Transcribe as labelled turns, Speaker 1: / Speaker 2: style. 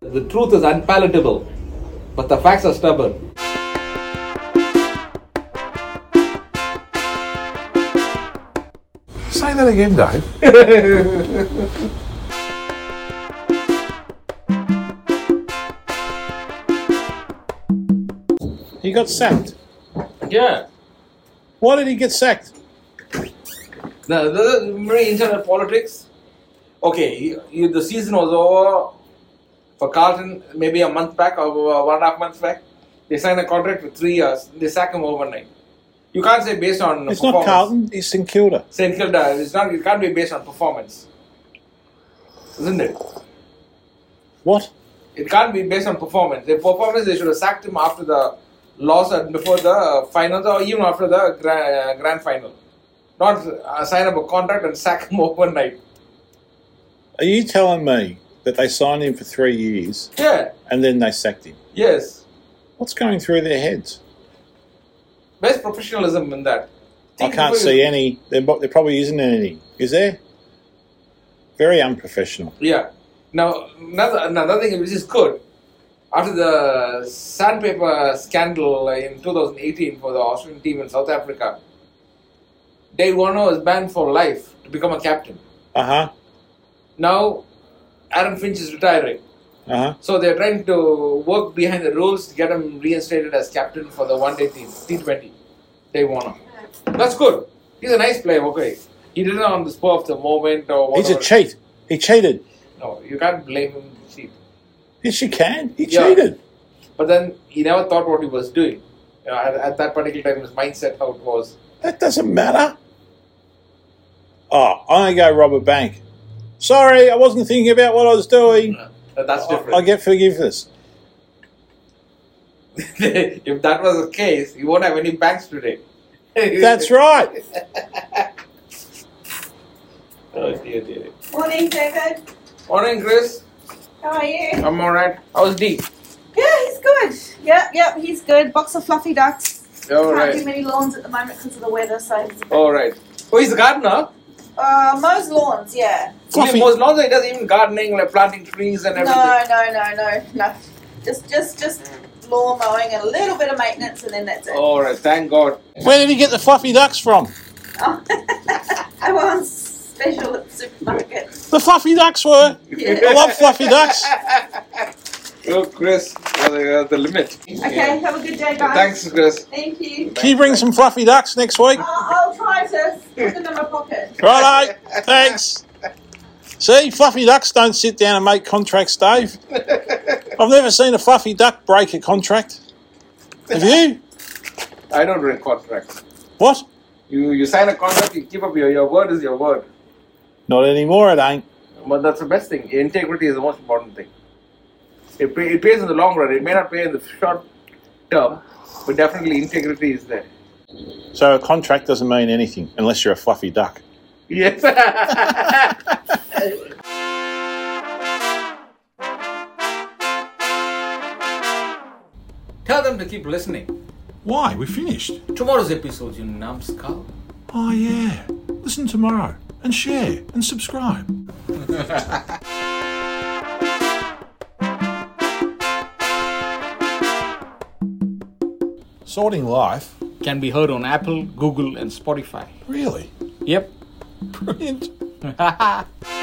Speaker 1: The truth is unpalatable, but the facts are stubborn.
Speaker 2: Say that again, Dave.
Speaker 3: He got sacked.
Speaker 1: Yeah.
Speaker 3: Why did he get sacked?
Speaker 1: Now, the, the internal politics. Okay, you- you- the season was over for Carlton maybe a month back or one and a half months back. They signed a contract for three years. They sack him overnight. You can't say based on
Speaker 3: It's not
Speaker 1: performance.
Speaker 3: Carlton. It's St Kilda.
Speaker 1: St Kilda. It's not. It can't be based on performance, isn't it?
Speaker 3: What?
Speaker 1: It can't be based on performance. Their performance, they should have sacked him after the loss and before the uh, finals or even after the gra- uh, grand final. Not uh, sign up a contract and sack him overnight.
Speaker 3: Are you telling me that they signed him for three years
Speaker 1: Yeah.
Speaker 3: and then they sacked him?
Speaker 1: Yes.
Speaker 3: What's going through their heads?
Speaker 1: Best professionalism in that.
Speaker 3: I
Speaker 1: Think
Speaker 3: can't
Speaker 1: before you-
Speaker 3: see any. There, mo- there probably isn't any. Is there? Very unprofessional.
Speaker 1: Yeah. Now another another thing which is good. After the sandpaper scandal in 2018 for the Australian team in South Africa, Dave Warner was banned for life to become a captain.
Speaker 3: Uh huh.
Speaker 1: Now Aaron Finch is retiring,
Speaker 3: Uh huh.
Speaker 1: so they're trying to work behind the rules to get him reinstated as captain for the one-day team, T20. Dave Warner. That's good. He's a nice player. Okay, he did it on the spur of the moment or
Speaker 3: He's a
Speaker 1: whatever.
Speaker 3: cheat. He cheated.
Speaker 1: No, you can't blame him. to cheat.
Speaker 3: Yes, you can. He
Speaker 1: Yeah.
Speaker 3: cheated.
Speaker 1: But then he never thought what he was doing. You know, at, at that particular time, his mindset how it was.
Speaker 3: That doesn't matter. Oh, I'm going to go rob a bank. Sorry, I wasn't thinking about what I was doing.
Speaker 1: That- that's
Speaker 3: I, I
Speaker 1: different.
Speaker 3: get forgiveness.
Speaker 1: if that was the case, you won't have any banks today.
Speaker 3: That's right.
Speaker 1: Oh, dear, dear.
Speaker 4: Morning, David.
Speaker 1: Morning, Chris.
Speaker 4: How are you?
Speaker 1: I'm all right. How's D?
Speaker 4: Yeah, he's good. Yep, yep, he's good. Box of fluffy ducks.
Speaker 1: All
Speaker 4: Can't do
Speaker 1: right.
Speaker 4: many lawns at the moment because of the weather. So, he's a bit-
Speaker 1: All right. Oh, he's a gardener.
Speaker 4: uh, mows lawns. Yeah.
Speaker 3: Fluffy.
Speaker 1: Most longer he does even gardening, like planting trees and
Speaker 4: No,
Speaker 1: everything.
Speaker 4: no, no, no, no. Just, just, just lawn mowing and a little bit of maintenance, and then that's it.
Speaker 1: All right. Thank God.
Speaker 3: Where did he get the fluffy ducks from?
Speaker 4: Oh. I was special at the supermarket.
Speaker 3: The fluffy ducks were. I love fluffy ducks.
Speaker 1: Oh, Chris, you're the, you're the limit.
Speaker 4: Okay, have a good day, guys.
Speaker 1: Thanks, Chris.
Speaker 4: Thank you.
Speaker 3: Can you bring some fluffy ducks next week?
Speaker 4: Uh, I'll try to put them in my pocket.
Speaker 3: Righto. Thanks. See, fluffy ducks don't sit down and make contracts, Dave. I've never seen a fluffy duck break a contract. Have you?
Speaker 1: I don't read contracts.
Speaker 3: What?
Speaker 1: You you sign a contract, you keep up your your word is your word.
Speaker 3: Not anymore, it ain't.
Speaker 1: But that's the best thing. Integrity is the most important thing. It, pay, it pays in the long run. It may not pay in the short term, but definitely integrity is there.
Speaker 3: So a contract doesn't mean anything unless you're a fluffy duck.
Speaker 1: Yes. Tell them to keep listening.
Speaker 2: Why? We finished.
Speaker 1: Tomorrow's episode, you numbskull.
Speaker 2: Oh, yeah. Listen tomorrow and share and subscribe. Sorting life?
Speaker 1: Can be heard on Apple, Google, and Spotify.
Speaker 2: Really?
Speaker 1: Yep.
Speaker 2: Brilliant.
Speaker 1: Bye.